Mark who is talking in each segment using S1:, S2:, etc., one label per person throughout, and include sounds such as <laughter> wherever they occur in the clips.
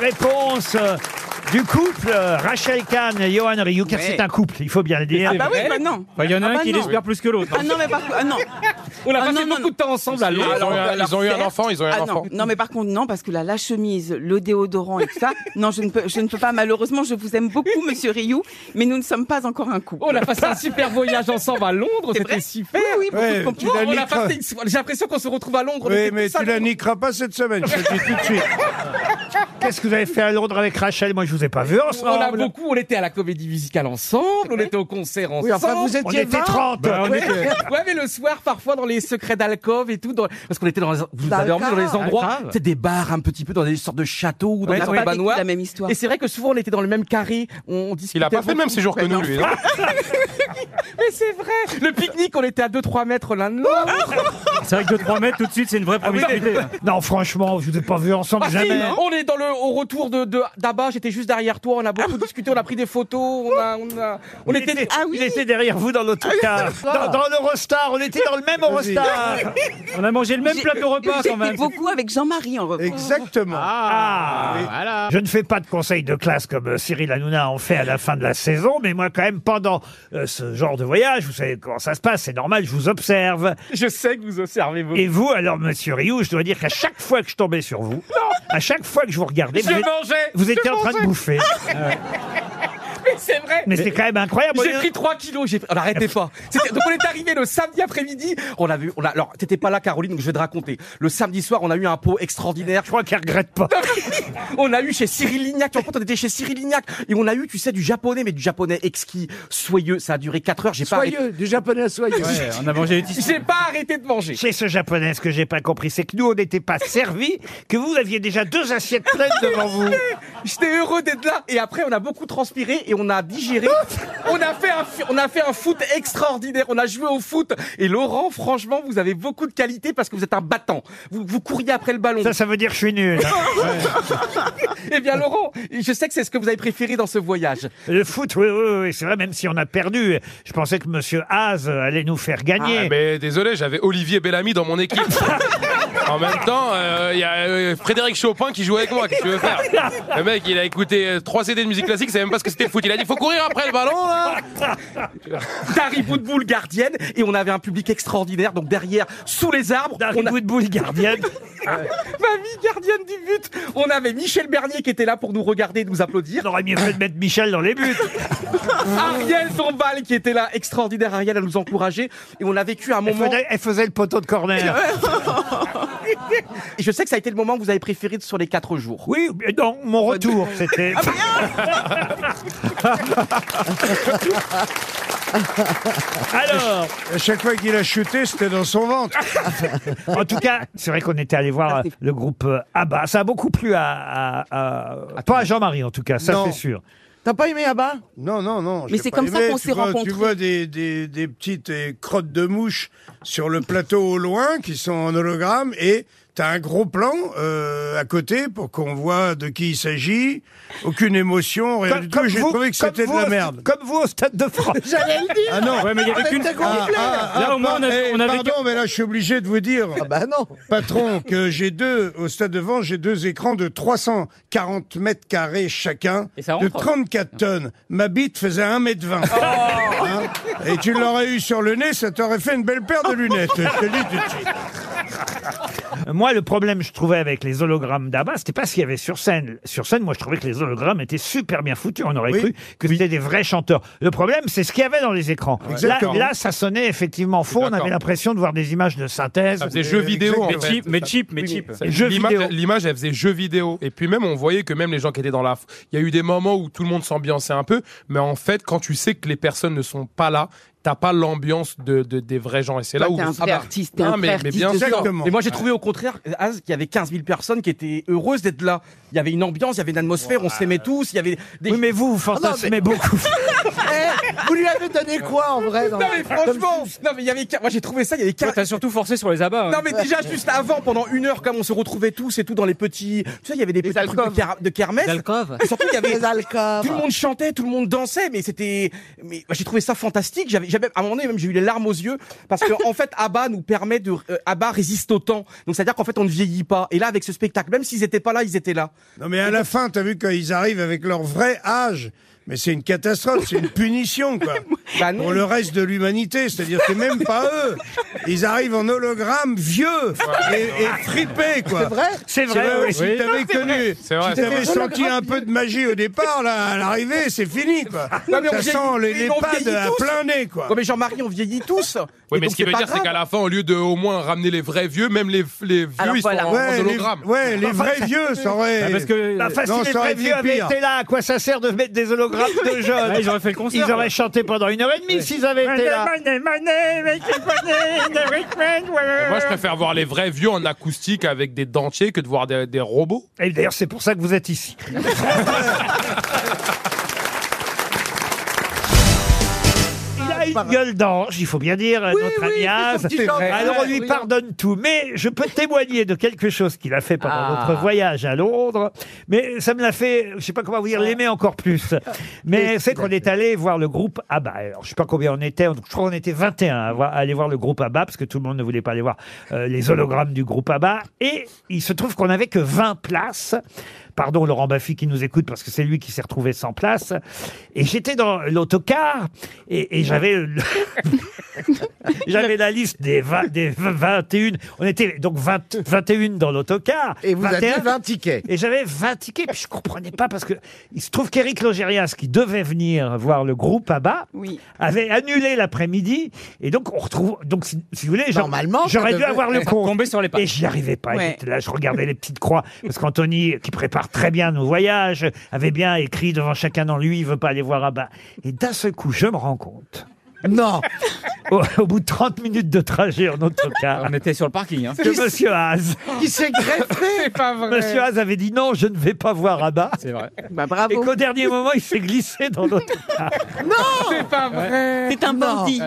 S1: réponse euh, du couple euh, Rachel Kahn et Johan Rioux, car
S2: Ouais.
S1: c'est un couple, il faut bien le dire.
S2: Ah bah oui, bah non.
S3: Bah, il y en a
S2: Ah
S3: un
S2: bah
S3: qui
S2: non.
S3: l'espère plus que l'autre.
S2: Ah non, mais par contre, ah non.
S3: On a
S2: Ah
S3: passé
S2: non, non,
S3: beaucoup de temps ensemble à
S4: Ils ont
S3: Londres.
S4: eu-
S2: Alors,
S4: ils ont eu un
S2: certes-
S4: enfant, ils ont eu un
S2: Ah
S4: enfant.
S2: non. non, mais par contre, non, parce que là, la chemise, le déodorant et tout
S3: <laughs>
S2: ça, non, je ne peux, je ne peux pas. Malheureusement, je vous aime beaucoup, monsieur Rioux, mais nous ne sommes pas encore un couple.
S3: On a passé un super voyage ensemble à Londres,
S2: C'est
S3: Oh c'était
S2: vrai
S3: super.
S2: Oui, oui, beaucoup
S5: Ouais,
S2: de
S5: tu
S2: compliments.
S5: l'as
S3: On a
S5: niqué.
S3: passé une soirée- J'ai l'impression qu'on se retrouve à Londres. on
S5: Oui,
S3: était
S5: mais
S3: tous à
S5: tu la
S3: Londres.
S5: niqueras pas cette semaine, je te le dis tout de suite.
S1: Qu'est-ce que vous avez fait à Londres avec Rachel Moi, je vous ai pas vu
S3: On a
S1: ensemble.
S3: beaucoup, on était à la comédie musicale ensemble, on était au concert ensemble.
S6: Oui, enfin, vous
S1: On
S6: étiez
S1: était
S6: 20.
S1: 30.
S3: Ouais, mais le soir, parfois, dans les secrets d'alcove et tout, dans- parce qu'on était dans les, vous
S2: Bah,
S3: avez emmené dans les
S2: grave.
S3: endroits,
S6: Ah, grave.
S3: c'est des bars un petit peu dans des sortes de châteaux ou dans
S2: On
S3: des
S2: n'a
S3: sortes
S2: pas
S3: de
S2: vécu
S3: manoirs.
S2: la même histoire.
S3: Et c'est vrai que souvent, on était dans le même carré, on, on discutait.
S4: Il a pas fait le même
S3: beaucoup.
S4: séjour que nous, lui. hein. non
S3: Mais c'est vrai! Le pique-nique, on était à 2-3 mètres l'un de l'autre!
S7: C'est vrai que 2-3 mètres, tout de suite, c'est une vraie promiscuité. hein.
S1: Ah Non, franchement, je vous ai pas vu ensemble
S3: Ah, si,
S1: jamais.
S3: on est dans le, au retour de, de- d'Abba, j'étais juste derrière toi, on a beaucoup discuté, on a pris des photos, on a, on a- on
S1: Il
S3: Ah. était,
S1: était-
S2: Ah oui.
S1: Il était derrière vous dans l'autocar. dans dans l'Eurostar, on était dans le même Eurostar.
S7: On a mangé le même plat de repas quand
S2: J'étais
S7: même.
S2: beaucoup avec Jean-Marie en revanche.
S5: Exactement.
S1: Ah, Je ne fais pas de conseils de classe comme euh, Cyril Hanouna en fait à la fin de la saison, mais moi quand même pendant euh, ce genre de voyage, vous savez comment ça se passe, c'est normal, je vous observe.
S3: je sais que vous observez vos.
S1: Et vous, alors Monsieur Rioux, je dois dire qu'à chaque fois que je tombais sur vous, à chaque fois que je vous regardais, vous,
S3: Je
S1: êtes-
S3: mangeais!
S1: vous
S3: je
S1: étiez en train de
S3: mangeais.
S1: bouffer.
S3: Mais c'est vrai!
S1: Mais c'est quand même incroyable.
S3: J'ai pris 3 kilos, j'ai pris... Alors, arrêtez pas. C'était- Donc on est arrivé le samedi après-midi, on a vu, on a... alors t'étais pas là Caroline, donc je vais te raconter. Le samedi soir, on a eu un pot extraordinaire.
S1: Je crois qu'elle regrette pas.
S3: On a eu chez Cyril Lignac, tu te rends compte, on était chez Cyril Lignac, et on a eu, tu sais, du japonais, mais du japonais exquis, soyeux, ça a duré 4 heures, j'ai pas arrêté.
S6: Soyeux, du japonais soyeux.
S7: Ouais, on a mangé les
S3: J'ai pas arrêté de manger.
S1: Chez ce japonais, ce que j'ai pas compris, c'est que nous, on n'était pas servis, que vous aviez déjà deux assiettes pleines devant vous.
S3: J'étais heureux d'être là et après on a beaucoup transpiré et on a digéré. On a fait un fi- on a fait un foot extraordinaire. On a joué au foot et Laurent, franchement, vous avez beaucoup de qualité parce que vous êtes un battant. Vous, vous couriez après le ballon.
S1: Ça, ça veut dire que je suis nul.
S3: Eh bien Laurent, je sais que c'est ce que vous avez préféré dans ce voyage.
S1: Le foot, oui, oui, oui, c'est vrai, même si on a perdu. Je pensais que Monsieur Haas euh, allait nous faire gagner.
S4: Ah, mais désolé, j'avais Olivier Bellamy dans mon équipe. En même temps, euh, il y a euh, Frédéric Chopin qui joue avec moi. Qu'est-ce que tu veux faire Le mec, il a écouté euh, trois CD de musique classique, il savait même pas ce que c'était le foot. Il a dit faut courir après le ballon. là.
S3: Dari Boudboul gardienne et on avait un public extraordinaire. Donc derrière, sous les arbres,
S1: Darry
S3: on a-
S1: Woodbull,
S3: <laughs>
S1: gardienne.
S3: mamie gardienne du but. On avait Michel Bernier qui était là pour nous regarder, et nous applaudir.
S1: On aurait mieux fait de mettre Michel dans les buts.
S3: Ariel Dombal qui était là, extraordinaire Ariel à nous encourager et on a vécu un
S1: Elle
S3: moment.
S1: faisait, elle faisait le poteau de
S5: <laughs>
S1: corner.
S3: Et je sais que ça a été le moment que vous avez préféré sur les quatre jours.
S1: Oui, mais non, mon retour, c'était.
S5: Ah, ah
S1: <laughs> Alors,
S5: À chaque fois qu'il a chuté, c'était dans son ventre.
S1: en tout cas, c'est vrai qu'on était allé voir euh, le groupe euh, ABBA. Ça a beaucoup plu à. à- à- pas à Jean-Marie, en tout cas, ça
S5: Non.
S1: c'est sûr.
S6: T'as pas aimé Abba
S5: Non, non, non.
S2: Mais
S5: j'ai
S2: c'est
S5: pas
S2: comme ça
S5: aimé.
S2: qu'on
S5: Tu
S2: s'est
S5: vois-
S2: rencontrés.
S5: Tu vois des, des, des petites euh, crottes de mouches sur le plateau au loin qui sont en hologramme et t'as un gros plan euh, à côté pour qu'on voit de qui il s'agit. Aucune émotion, rien du tout. J'ai
S1: vous-
S5: trouvé que
S1: comme
S5: c'était de
S1: vous
S5: la
S1: au-
S5: merde.
S1: Comme vous au Stade de France.
S5: Ah non
S7: Ouais, mais il y avait qu'une.
S5: Ah, ah, ah,
S7: Là, au moins, on a-
S5: eh,
S7: on avait
S5: Pardon, mais là, je suis obligé de vous dire,
S6: Ah bah non.
S5: patron, que j'ai deux, au stade de Vence, j'ai deux écrans de 340 mètres carrés chacun,
S3: Et ça
S5: de
S3: rentre Ah. Oh.
S5: 34 tonnes. Ma bite faisait 1 mètre 20. Hein Et tu l'aurais eu sur le nez, ça t'aurait fait une belle paire de lunettes. Je te le dis tout de suite.
S1: Moi, le problème, je trouvais avec les hologrammes d'Abba, c'était pas ce qu'il y avait sur scène. Sur scène, moi, je trouvais que les hologrammes étaient super bien foutus. On aurait
S5: Oui.
S1: cru que c'était des vrais chanteurs. Le problème, c'est ce qu'il y avait dans les écrans. Là,
S5: Exactement.
S1: là, ça sonnait effectivement faux. On
S4: D'accord. Ah,
S1: avait l'impression de voir des images de synthèse.
S4: Ça faisait jeux vidéo en
S7: Euh, Mais
S4: fait.
S7: cheap, mais cheap, mais cheap.
S4: Ça-
S1: Jeux
S4: l'ima-
S1: vidéo.
S4: L'image, elle faisait jeu vidéo. Et puis même, on voyait que même les gens qui étaient dans la... Il y a eu des moments où tout le monde s'ambiançait un peu, mais en fait, quand tu sais que les personnes ne sont pas là, t'as pas l'ambiance de, de- des vrais gens. Et c'est là
S2: Toi,
S4: où...
S2: T'es un
S4: Ah
S2: vrai
S4: bah,
S2: artiste, t'es
S4: non,
S2: un vrai
S4: mais- mais
S2: artiste.
S4: bien
S2: de
S4: sûr.
S2: genre.
S5: Exactement.
S3: Et moi j'ai trouvé au contraire Az, qu'il y avait 15 000 personnes qui étaient heureuses d'être là. Il y avait une ambiance, il y avait une atmosphère, on s'aimait tous, il y avait des...
S1: Oui, mais vous, vous fantasmez beaucoup.
S6: Eh, vous lui avez donné quoi en vrai dans-
S3: Non mais franchement, non mais il y avait... quin- Moi j'ai trouvé ça, il y avait
S7: Toi,
S3: 15...
S7: t'as surtout forcé sur les abats. hein.
S3: Non mais déjà juste avant, pendant une heure, comme on se retrouvait tous et tout dans les petits, tu sais, il y avait des petits trucs de, ker- de kermesse.
S7: <laughs>
S3: Et surtout il y avait
S6: Les alcools.
S3: tout le monde chantait, tout le monde dansait, mais c'était, mais moi, j'ai trouvé ça fantastique. J'avais, j'avais j'ai même, à un moment donné, même j'ai eu les larmes aux yeux parce que en fait, Abba nous permet de, euh, Abba résiste au temps. Donc c'est à dire qu'en fait, on ne vieillit pas. Et là, avec ce spectacle, même s'ils étaient pas là, ils étaient là.
S5: Non mais à la fin, t'as vu qu'ils arrivent avec leur vrai âge. Mais c'est une catastrophe, c'est une punition, quoi.
S3: <laughs> Bah non.
S5: Pour le reste de l'humanité, c'est-à-dire c'est même pas eux. Ils arrivent en hologramme vieux et, et fripés, quoi.
S1: C'est
S6: C'est vrai
S1: vrai,
S5: Ouais, ouais,
S1: oui.
S5: Si t'avais connu,
S4: C'est vrai,
S5: si
S4: c'est
S5: t'avais
S4: vrai.
S5: senti un peu de magie au départ, là, à l'arrivée, c'est fini, quoi.
S3: Non, mais on
S5: Ça
S3: vieillit-
S5: sent les,
S3: mais
S5: les
S3: on
S5: pads
S3: vieillit
S5: à
S3: tous.
S5: plein nez, quoi.
S3: Ouais, mais Jean-Marie, on vieillit tous.
S4: Oui,
S3: Et
S4: mais
S3: donc,
S4: ce qui veut
S3: pas
S4: dire, c'est
S3: grave.
S4: qu'à la fin, au lieu de au moins ramener les vrais vieux, même les, les vieux,
S2: Alors
S4: ils
S2: voilà.
S4: sont en- en
S5: Ouais, les,
S4: hologramme.
S5: ouais, les vrais vieux, ça aurait...
S7: Ah, Parce que.
S1: Bah, enfin,
S5: Non,
S1: si les
S5: ça aurait
S1: vrais
S5: été
S1: vieux avaient
S5: pire.
S1: été là, à quoi ça sert de mettre des hologrammes de jeunes
S7: Ouais, ils auraient fait le concert.
S1: Ils auraient chanté pendant une heure et demie s'ils avaient été là.
S4: Et moi, je préfère voir les vrais vieux en acoustique avec des dentiers que de voir des, des robots.
S1: Et d'ailleurs, c'est pour ça que vous êtes ici. <laughs> Il a une gueule d'ange, il faut bien dire, notre ami Az. Alors on lui pardonne tout, mais je peux témoigner de quelque chose qu'il a fait pendant notre voyage à Londres. Mais ça me l'a fait, je sais pas comment vous dire, l'aimer encore plus. Mais c'est qu'on est allé voir le groupe ABBA. Alors je sais pas combien on était, je crois qu'on était 21 à voir- à aller voir le groupe ABBA parce que tout le monde ne voulait pas aller voir euh, les hologrammes du groupe ABBA. Et il se trouve qu'on n'avait que 20 places. Pardon Laurent Baffy qui nous écoute parce que c'est lui qui s'est retrouvé sans place. Et j'étais dans l'autocar et, et j'avais le- <laughs> j'avais la liste des, 20 des 21. On était donc 20 21 dans l'autocar.
S6: Et vous
S1: 21.
S6: aviez 20 tickets.
S1: Et j'avais 20 tickets, puis je comprenais pas parce que il se trouve qu'Éric Logérias, qui devait venir voir le groupe ABBA,
S2: Oui.
S1: avait annulé l'après-midi. Et donc, on retrouve. Donc, si, si vous voulez, j'aurais-
S6: Normalement, ça
S1: j'aurais dû
S6: devait
S1: avoir le
S7: être
S1: compte.
S7: tombé sur les pattes.
S1: Et j'y arrivais pas.
S2: Ouais.
S1: J'étais Là, je regardais les petites croix. Parce qu'Anthony, qui prépare très bien nos voyages, avait bien écrit devant chacun en lui, il veut pas aller voir ABBA. Et d'un seul coup, je me rends compte.
S6: Non.
S1: Au, au bout de 30 minutes de trajet en autocar,
S7: On était sur le parking. Hein.
S1: que Monsieur Haas,
S6: Qui s'est greffé
S1: Monsieur Haas avait dit non, je ne vais pas voir ABBA.
S7: C'est vrai.
S2: Bah
S1: Et
S2: bravo.
S1: qu'au dernier moment, il s'est glissé dans notre
S2: C'est un bandit.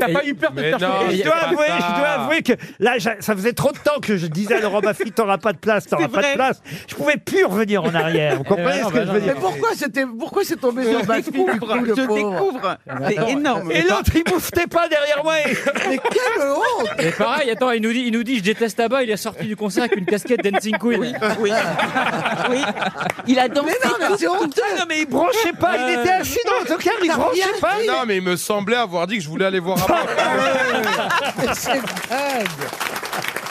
S3: T'as pas eu peur de
S4: Mais
S3: faire
S4: non.
S3: chier.
S1: Et
S4: Ah, il y
S1: je dois
S4: a pas
S1: avouer,
S4: ça.
S1: je dois avouer que là, j'a- ça faisait trop de temps que je disais à Laurent Baffy, t'auras pas de place, t'auras
S2: C'est
S1: pas de
S2: vrai.
S1: place. Je pouvais plus revenir en arrière. Vous comprenez
S7: Eh
S1: ce
S7: non,
S1: que
S7: bah
S1: je
S7: non,
S1: veux
S6: Mais
S1: dire
S6: pourquoi c'était pourquoi c'est tombé sur Baffy du coup,
S2: Je
S6: le pauvre
S2: découvre.
S3: Ah, bah,
S2: C'est
S3: <laughs>
S2: énorme.
S1: Et l'autre, il bouffait pas derrière moi. et-
S6: Mais quelle honte
S7: Et pareil, attends, il nous dit, il nous dit, je déteste tabac. Il est sorti du concert avec une casquette Dancing Queen.
S2: Oui. oui. Il a dansé.
S6: hein, Mais non, mais c'est honteux
S1: Ah Non, mais il bronchait pas. Il était assis dans l'autocar, il bronchait pas.
S4: Non, mais
S3: <laughs>
S4: il me semblait avoir dit que je voulais aller voir. Abba.
S6: C'est dingue